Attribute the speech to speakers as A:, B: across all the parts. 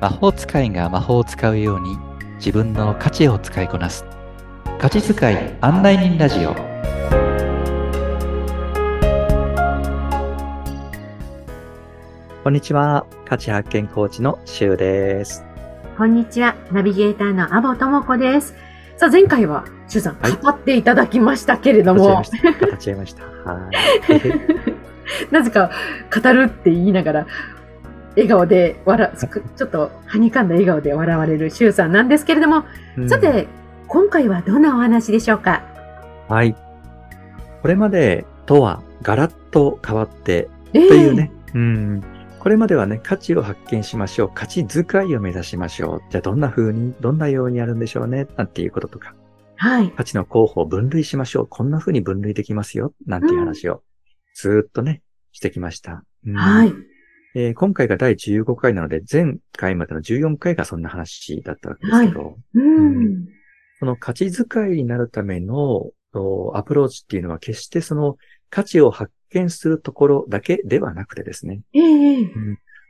A: 魔法使いが魔法を使うように自分の価値を使いこなす価値使い案内人ラジオこんにちは価値発見コーチのしゅうです
B: こんにちは。ナビゲーターのアボともこです。さあ、前回は、シュウさん、
A: はい
B: 語っていただきましたけれど
A: 立ち会い
B: も
A: ま、した立ち会いましたはい
B: なぜか、語るって言いながら、笑顔で笑、すくちょっと、はにかんだ笑顔で笑われるシュウさんなんですけれども、
A: うん
B: さて、今回はどんなお話でしょうか
A: はいこれまでとはガラッと変わって
B: ええ
A: というね、うん。これまではね、価値を発見しましょう。価値遣いを目指しましょう。じゃあどんな風に、どんなようにやるんでしょうね、なんていうこととか。
B: はい。
A: 価値の候補を分類しましょう。こんな風に分類できますよ、なんていう話を、ずーっとね、してきました。うん
B: はい。
A: えー今回が第15回なので、前回までの14回がそんな話だったわけですけど、
B: うん。
A: その価値遣いになるためのおアプローチっていうのは決してその価値を発見するところだけではなくてですね、
B: ええ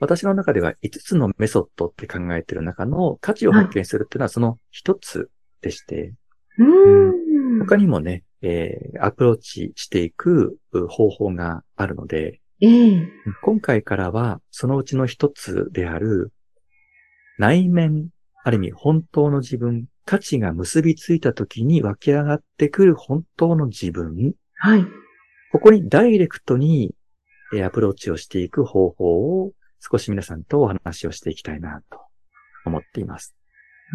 A: 私の中では5つのメソッドって考えてる中の価値を発見するっていうのはその1つでして、
B: うん。
A: 他にもね、えーアプローチしていくう方法があるので、
B: ええ
A: 今回からはそのうちの1つである内面、ある意味本当の自分、価値が結びついた時に湧き上がってくる本当の自分、
B: はい。
A: ここにダイレクトにえーアプローチをしていく方法を少し皆さんとお話をしていきたいなと思っています。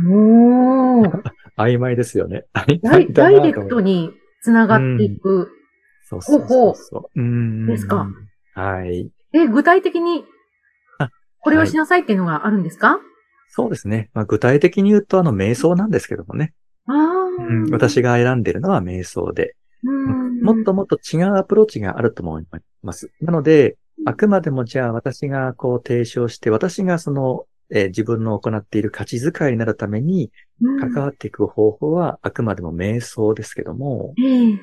B: お ー。
A: 曖昧ですよね。
B: ダイダイレクト
A: に
B: につながっていく。
A: そうそうそうそう。うん
B: ですか。
A: はい。
B: え、具体的に
A: あ、
B: これをしなさいっていうのがあるんですか、
A: そうですね。まあ、具体的に言うと、あの、瞑想なんですけどもね。
B: ああ、
A: うん私が選んでるのは瞑想で。
B: うん、
A: もっともっと違うアプローチがあると思います。なので、あくまでもじゃあ私がこう提唱して、私がその、えー自分の行っている価値遣いになるために関わっていく方法はあくまでも瞑想ですけども、
B: うんええ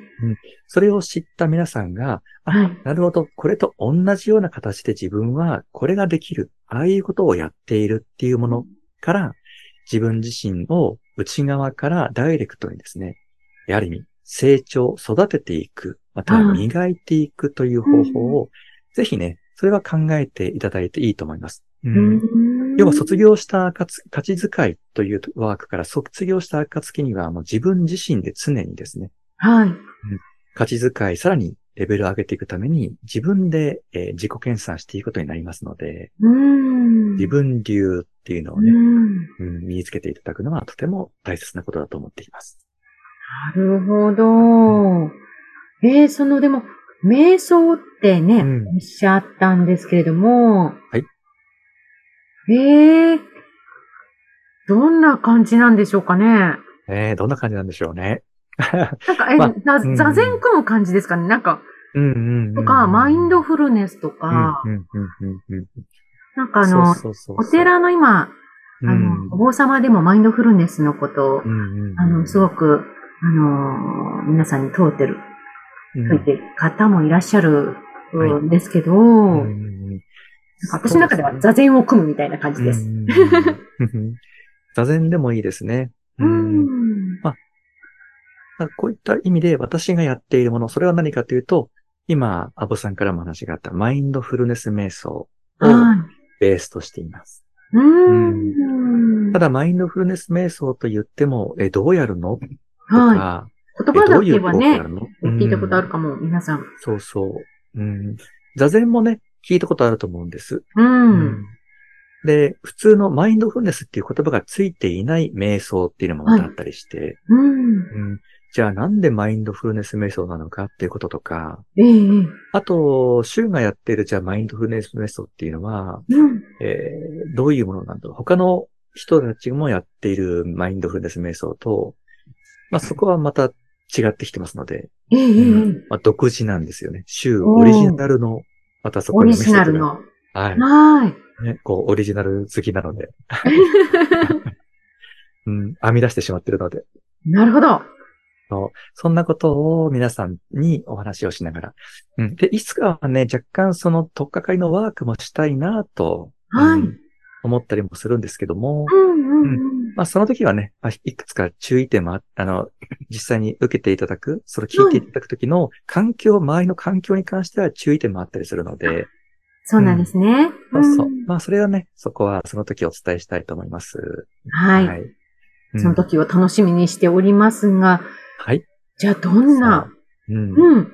A: それを知った皆さんが、あ、
B: はい。
A: なるほど、これと同じような形で自分はこれができる、ああいうことをやっているっていうものから、自分自身を内側からダイレクトにですね、やはり意味成長、育てていく、または
B: うん
A: 磨いていくという方法を、ぜひね、それは考えていただいていいと思います。うん要は卒
B: 業。
A: 業した価値価値遣いというワークから卒業した暁にはもう自分自身で常にですね、
B: はい。
A: 価値遣い、さらにレベルを上げていくために、自分で、えー自己検査していくことになりますので、
B: うん。
A: 自分流っていうのを
B: う
A: ね、
B: ん。な
A: うん身につけていただくのはとても大切なことだと思っています。
B: るほど。ええその、でも、瞑想ってね、
A: うん。
B: おっしゃったんですけれども、はいええどんな感じなんでしょうかね。
A: えー、どんな感じなんでしょうね。
B: なんか、え、
A: まあ
B: な
A: うん
B: 座禅組む感じですかね。なんか、
A: うんうんうん
B: とか、マインドフルネスとか、
A: うんうんうんうんうん
B: なんかあの、
A: そうそうそう
B: お寺の今、あ
A: うん
B: の、お坊様でもマインドフルネスのことを
A: う、んうんうん
B: あの、すごく、あの、皆さんに問うてる、
A: うん
B: 問いてる方もいらっしゃる
A: は
B: んですけど、
A: うん
B: な
A: うんんうん
B: か私の中では座禅を組むみたいな感じです。。
A: そうですねうんうんうん 座禅でもいいですね。
B: う
A: うん
B: ん。
A: まあこういった意味で私がやっているもの、それは何かというと、今、アボさんからも話があった、マインドフルネス瞑想を
B: はい。
A: ベースとしています。
B: うん。
A: た
B: はい。
A: だ、マインドフルネス瞑想と言っても、え、どうやるのと
B: 言
A: か、えど
B: 葉だ
A: うい
B: け
A: う効
B: は
A: 果があ
B: ね
A: る、の
B: 聞いたことある
A: うん
B: かも、皆さん。
A: そうそう。うん座禅もね、聞いたことあると思うんです。
B: うん。
A: で、普通のマインドフルネスっていう言葉がついていない瞑想っていうのもまたあったりして、
B: うん。
A: うんじゃあなんでマインドフルネス瞑想なのかっていうこととか、
B: えええ
A: あと、週がやってるじゃあマインドフルネスメソっていうのは、
B: え。うん。
A: えーどういうものなんだろう。他の人たちもやっているマインドフルネス瞑想と、まあそこはまた違ってきてますので、
B: ええええええ。
A: まあ独自なんですよね。週オリジナルの、またそこ
B: オ
A: に
B: リ
A: メソ
B: ジ
A: ッドが
B: ナル。の。
A: はい。
B: はい。
A: ね、こう、オリジナル好きなので、うん、編み出してしまってるので、
B: なるほど。
A: そんなことを皆さんにお話をしながら、うん。で、いつかはね、若干その取っかかりのワークもしたいなと、
B: はい
A: うん思ったりもするんですけども、
B: うんうんうん。
A: まあその時はね、まあ、いくつか注意点もあ、あの、実際に受けていただく、それ聞いていただく時の環境、周りの環境に関しては注意点もあったりするので、
B: そうなんですね。
A: そうそう。
B: ん
A: まあそれはね、そこはその時お伝えしたいと思います。
B: はい。
A: うん
B: その時を楽しみにしておりますが、
A: はい。
B: じゃあどんな、
A: うん。今
B: うん。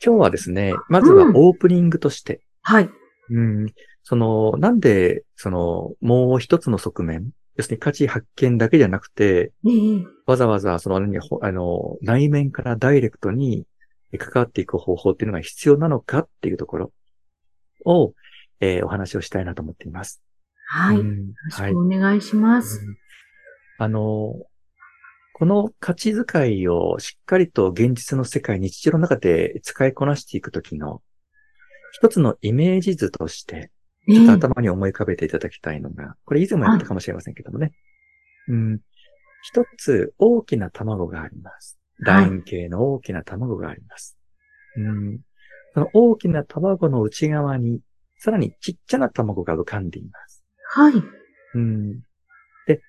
A: 日はですね、まずはオープニングとして、
B: はい。
A: うん。その、なんで、その、もう一つの側面、要するに価値発見だけじゃなくて、
B: ええ
A: わざわざ、その、何ほあの、内面からダイレクトにえ関わっていく方法っていうのが必要なのかっていうところを、えーお話をしたいなと思っています。
B: はい。
A: う
B: よ
A: ん
B: ろし
A: はい
B: く。お願いします。
A: あの、この価値遣いをしっかりと現実の世界、日常の中で使いこなしていくときの、一つのイメージ図として、
B: え
A: ちょっ
B: え
A: と頭に思い浮かべていただきたいのが、これ以前もやったかもしれませんけどもね。うん。一つ大きな卵があります。楕
B: はい
A: 円形の大きな卵があります。うん。その大きな卵の内側に、さらにちっちゃな卵が浮かんでいます。
B: はい。
A: うん。で、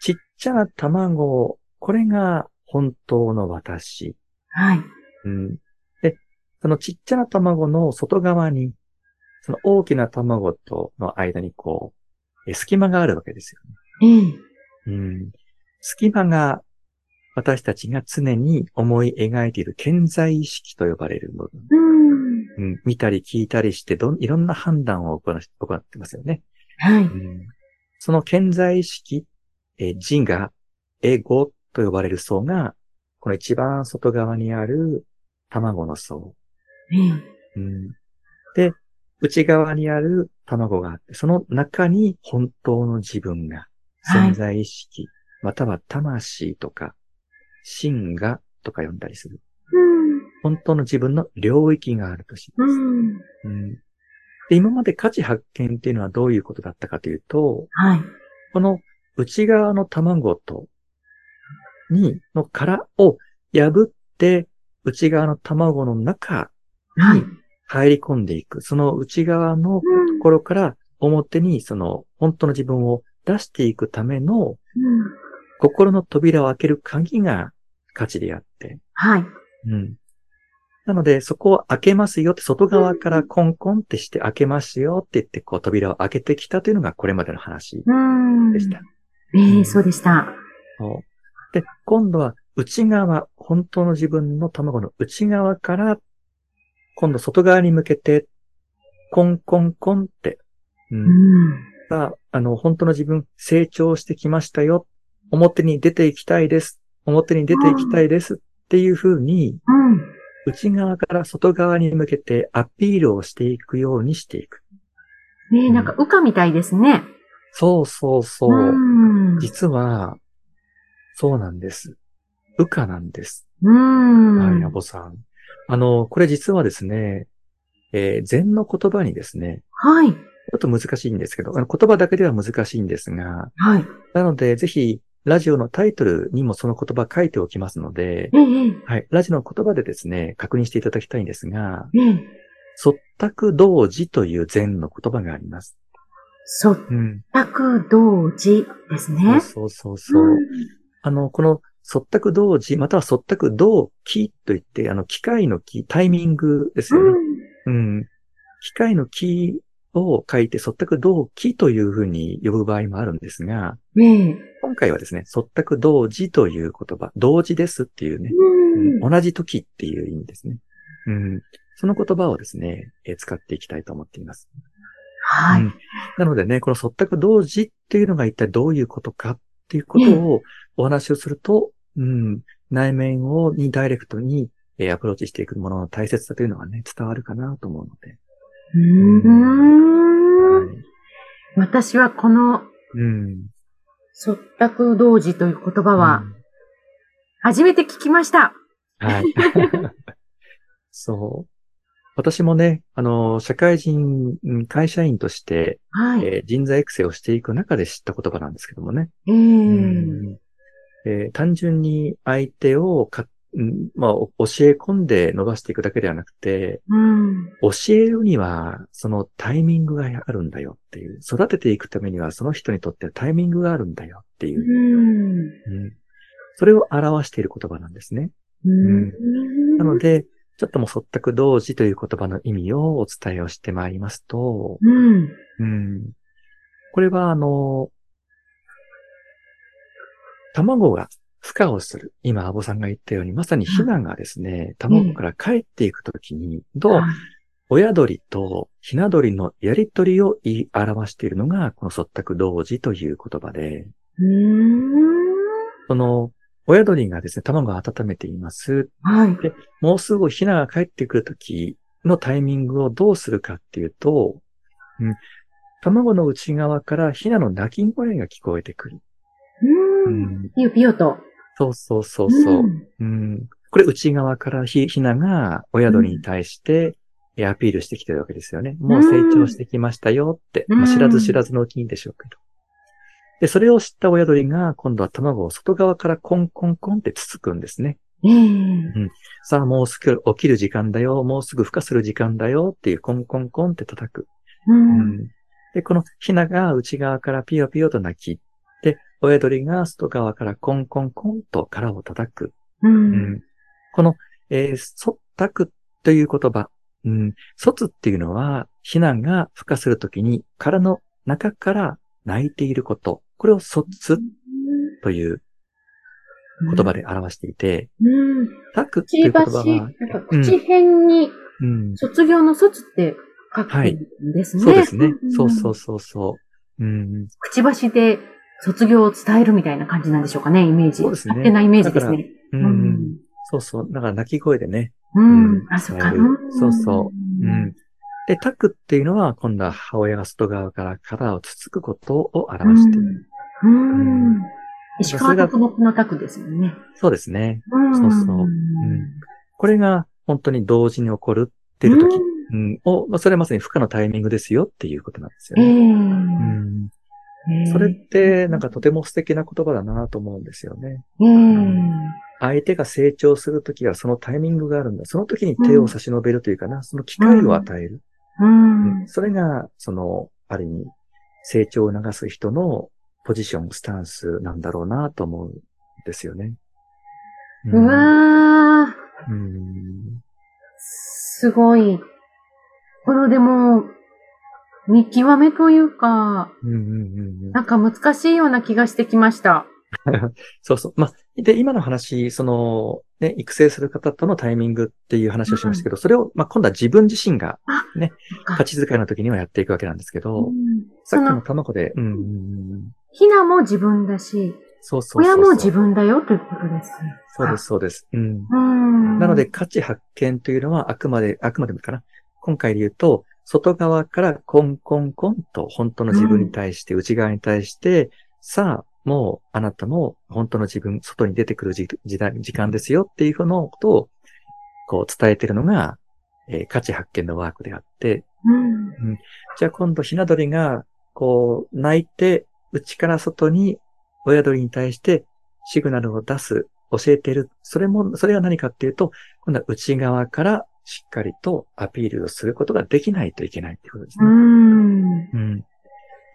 A: ちっちゃな卵、これが本当の私。
B: はい。
A: うん。で、そのちっちゃな卵の外側に、その大きな卵との間にこう、え隙間があるわけですよ
B: ええ
A: ね。うん。隙間が私たちが常に思い描いている健在意識と呼ばれる部分。
B: うん。
A: うん。見たり聞いたりしてどん、いろんな判断を行し行ってますよね。
B: はい。
A: その健在意識、えー人が、エゴと呼ばれる層が、この一番外側にある卵の層。
B: ええ
A: うんで、内側にある卵があって、その中に本当の自分が、
B: はい
A: 潜在意識、または魂とか、真がとか呼んだりする。本当の自分の領域があるとし
B: う
A: ます。
B: ん。うん。
A: うんで今まで価値発見っていうのはどういうことだったかというと、
B: はい。
A: この内側の卵と、に、の殻を破って、内側の卵の中、
B: はい。
A: 入り込んでいく。その内側のところから表にその本当の自分を出していくための
B: うん。
A: 心の扉を開ける鍵が価値であって。
B: はい。
A: うん。なので、そこを開けますよって、外側からコンコンってして開けますよって言って、こう扉を開けてきたというのがこれまでの話
B: うん。
A: でした。
B: ええそうでした。
A: そうで、今度は内側、本当の自分の卵の内側から、今度外側に向けて、コンコンコンって、うん
B: うん。
A: さあ、あの、本当の自分、成長してきましたよ。表に出ていきたいです。表に出ていきたいです。っていうふうに、
B: うん。
A: 内側から外側に向けてアピールをしていくようにしていく。
B: ねえ、なんか、羽化みたいですね。
A: そうそうそうう。
B: ん。
A: 実は、そうなんです。羽化なんです。
B: うん。
A: はい、ラボさん。あの、これ実はですね、えー禅の言葉にですね、
B: はい。
A: ちょっと難しいんですけど、あの言葉だけでは難しいんですが、
B: はい。
A: なので、ぜひ、ラジオのタイトルにもその言葉書いておきますので、
B: ええ
A: はい、ラジオの言葉でですね、確認していただきたいんですが、
B: ええ
A: 即託同時という禅の言葉があります。
B: そ
A: うん。
B: 卓同時ですね。
A: そうそうそう。あの、この、即託同時、または即託同期といって、あの、機械の機、タイミングですよ
B: う
A: ね。
B: ん。
A: うん。機械の機を書いて、即託同期というふうに呼ぶ場合もあるんですが、
B: うん。ええ
A: 今回はですね、即託同時という言葉、同時ですっていうね、
B: うん。
A: 同じ時っていう意味ですね。うん、その言葉をですね、えー使っていきたいと思っています。
B: は
A: う
B: い。
A: んなのでね、この即託同時っていうのが一体どういうことかっていうことをお話をすると、うん、内面をにダイレクトに、えーアプローチしていくものの大切さというのがね、伝わるかなと思うので。
B: う
A: は
B: ん。
A: い、
B: 私はこの、
A: うん。
B: 即卓同時という言葉は
A: う、ん
B: 初めて聞きました。
A: はい。 そう。私もね、あの、社会人、うん会社員として、
B: はい。
A: えー人材育成をしていく中で知った言葉なんですけどもね。
B: ええ
A: うんえー単純に相手をか、うんまあ、お教え込んで伸ばしていくだけではなくて、
B: うん。
A: 教えるには、そのタイミングがあるんだよっていう、育てていくためには、その人にとってタイミングがあるんだよっていう、
B: うん。
A: うんそれを表している言葉なんですね。
B: うん。
A: なので、ちょっともう、そったく同時という言葉の意味をお伝えをしてまいりますと、
B: うん。
A: うんこれは、あの、卵が孵化をする。今、アボさんが言ったように、まさにヒナがですね、卵から帰っていくときに、どう
B: はい
A: 親鳥とひな鳥のやりとりを言い表しているのが、このそったく同時という言葉で、
B: うん。
A: その、親鳥がですね、卵を温めています。
B: はい。
A: もうすぐひなが帰ってくるときのタイミングをどうするかっていうと、うん、卵の内側からひなの鳴き声が聞こえてくる。
B: う。
A: うんん、
B: ピヨピヨと。
A: そうそうそうそう、
B: ん
A: うん。これ内側からひひなが親鳥に対してえアピールしてきてるわけですよね。もう成長してきましたよって、
B: うん
A: まあ知らず知らずのうちにでしょうけど。で、それを知った親鳥が今度は卵を外側からコンコンコンってつつくんですね。
B: ええ。
A: さあ、もうすぐ起きる時間だよ。もうすぐ孵化する時間だよっていうコンコンコンって叩く。
B: う。
A: うんん。で、このヒナが内側からピヨピヨと鳴き。で、親鳥が外側からコンコンコンと殻を叩く。
B: う。
A: うんん。この、えー、そったくという言葉。うん。そつっていうのは、ヒナが孵化するときに殻の中から鳴いていること。これをそつという言葉
B: で。
A: で表していて、
B: うん。
A: たくってい
B: 口
A: う言葉
B: ばし、や
A: は
B: っ、ぱ口辺に
A: うん。
B: 卒業の卒って書く
A: はい
B: んですね。。
A: そうですね。そうそううんそうそう。うん。
B: くちばしで卒業を伝えるみたいな感じなんでしょうかね、イメージ。
A: そうですね
B: 勝手なイメージですね。
A: う
B: うん
A: うん。。そうそう。だから泣き声でね。
B: うん。
A: うん
B: あ、そっか。
A: 伝えるそうそうん
B: ん。。
A: で、タクっていうのは、今度は母親が外側から殻をつつくことを表している。
B: うん。うん石
A: それ
B: 川
A: が
B: 啄木の拓ですもんね。
A: そうですね。
B: うん。
A: そうそううん
B: ん。
A: これが本当に同時に起こるって
B: 出
A: いう時、うん、を、まあ、それはまさに負荷のタイミングですよっていうことなんですよ
B: え
A: ね。う
B: え
A: ん、
B: ええ
A: それって、なんかとても素敵な言葉だなと思うんですよね。
B: ええ
A: 相手が成長するときはそのタイミングがあるんだ。その時に手を差し伸べるというかな、その機会を与える。
B: うん。
A: それが、その、ある意味、成長を促す人のポジション、スタンスなんだろうなと思うんですよね。う
B: うんわー。
A: うん
B: すごい。このでも、見極めというか、
A: うんうんうんうん
B: なんか難しいような気がしてきました。
A: そうそう。まあ、で、今の話、その、ね、育成する方とのタイミングっていう話をしましたけど、それを、まあ、今度は自分自身が
B: か
A: 価値遣いの時にはやっていくわけなんですけど、
B: うん
A: さっ
B: そ
A: きの
B: の、
A: 卵で、うんうんうんうん、
B: ひなも自分だし、
A: そうそうそうそう。
B: 親も自分だよということです。
A: そうです、そうです。うん。
B: うん。
A: なので、、価値発見というのは、あくまで、あくまでもかな。今回で言うと、外側からコンコンコンと、本当の自分に対して、内側に対して、さあ、もう、あなたも、本当の自分、外に出てくる時時代時間ですよっていうふうなことを、こう、伝えてるのが、えー価値発見のワークであって、
B: うん。
A: じゃあ今度、ひな鳥が、こう、泣いて、内から外に、親鳥に対して、シグナルを出す、教えている。それも、それは何かっていうと、今度は内側からしっかりとアピールをすることができないといけないっていうことです
B: う
A: ね。
B: ん。
A: うん。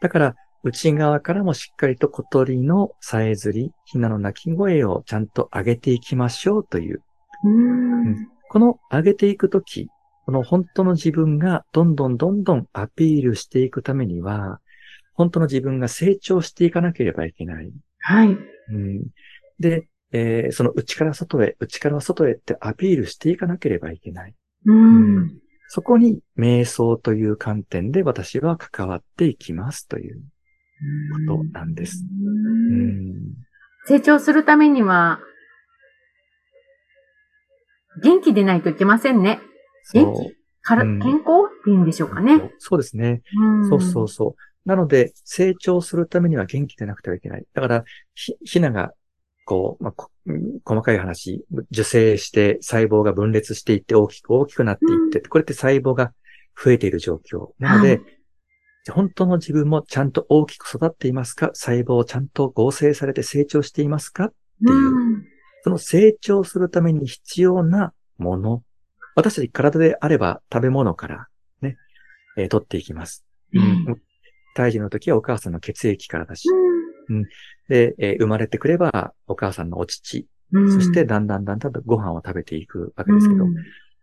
A: だから、内側からもしっかりと小鳥のさえずり、ひなの鳴き声をちゃんと上げていきましょうという
B: うん。
A: この上げていくとき、この本当の自分がどんどんどんどんアピールしていくためには、本当の自分が成長していかなければいけない。
B: はい。
A: うん、で、えーその内から外へ、内から外へってアピールしていかなければいけない。
B: うん。
A: そこに瞑想という観点で私は関わっていきますということなんです。
B: うん
A: うん、
B: 成長するためには、元気でないといけませんね。元気から、
A: うん
B: 健康っていうんでしょうかね。
A: そうですね。
B: ん
A: そうそうそう。なので、成長するためには元気でなくてはいけない。だから、ひ、ひなが、こう、まあこうん細かい話、受精して細胞が分裂していって大きく大きくなっていって、これって細胞が増えている状況。なの
B: は
A: で
B: い、
A: 本当の自分もちゃんと大きく育っていますか細胞をちゃんと合成されて成長していますか
B: う。
A: ていうんその成長するために必要なもの。私たち体であれば食べ物からね、えー取っていきます。
B: う
A: うんん胎児の時はお母さんの血液からだし、で、えー生まれてくればお母さんのお乳、
B: うん
A: そしてだんだんだんだんとご飯を食べていくわけですけど、
B: うん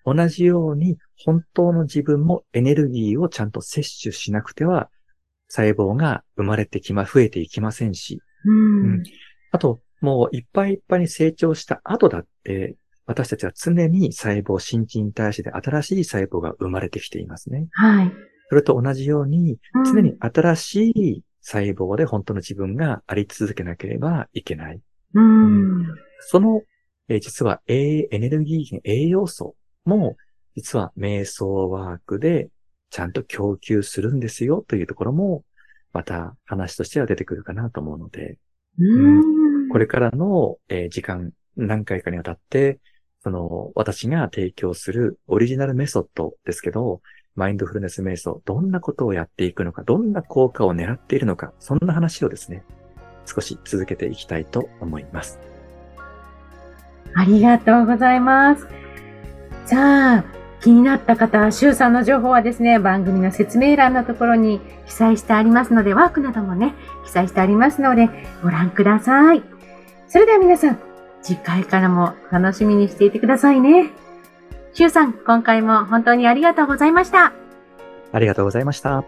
A: 同じように本当の自分もエネルギーをちゃんと摂取しなくては、細胞が生まれてきま、増えていきませんし、
B: うん
A: あと、もういっぱいいっぱいに成長した後だって、私たちは常に細胞、新陳に対して新しい細胞が生まれてきていますね。
B: はい。
A: それと同じように、
B: うん
A: 常に新しい細胞で本当の自分があり続けなければいけない。
B: うん。
A: その、えー実は栄エネルギー源、栄養素も、実は瞑想ワークでちゃんと供給するんですよというところも、また話としては出てくるかなと思うので、
B: うん
A: これからの、えー時間、何回かにわたって、その、私が提供するオリジナルメソッドですけど、マインドフルネス瞑想、どんなことをやっていくのか、どんな効果を狙っているのか、そんな話をですね、少し続けていきたいと思います。
B: ありがとうございます。さあ、気になった方、シュウさんの情報はですね、番組の説明欄のところに記載してありますので、ワークなどもね、記載してありますので、ご覧ください。それでは皆さん、次回からも楽しみにしていてくださいね。シュウさん、今回も本当にありがとうございました。
A: ありがとうございました。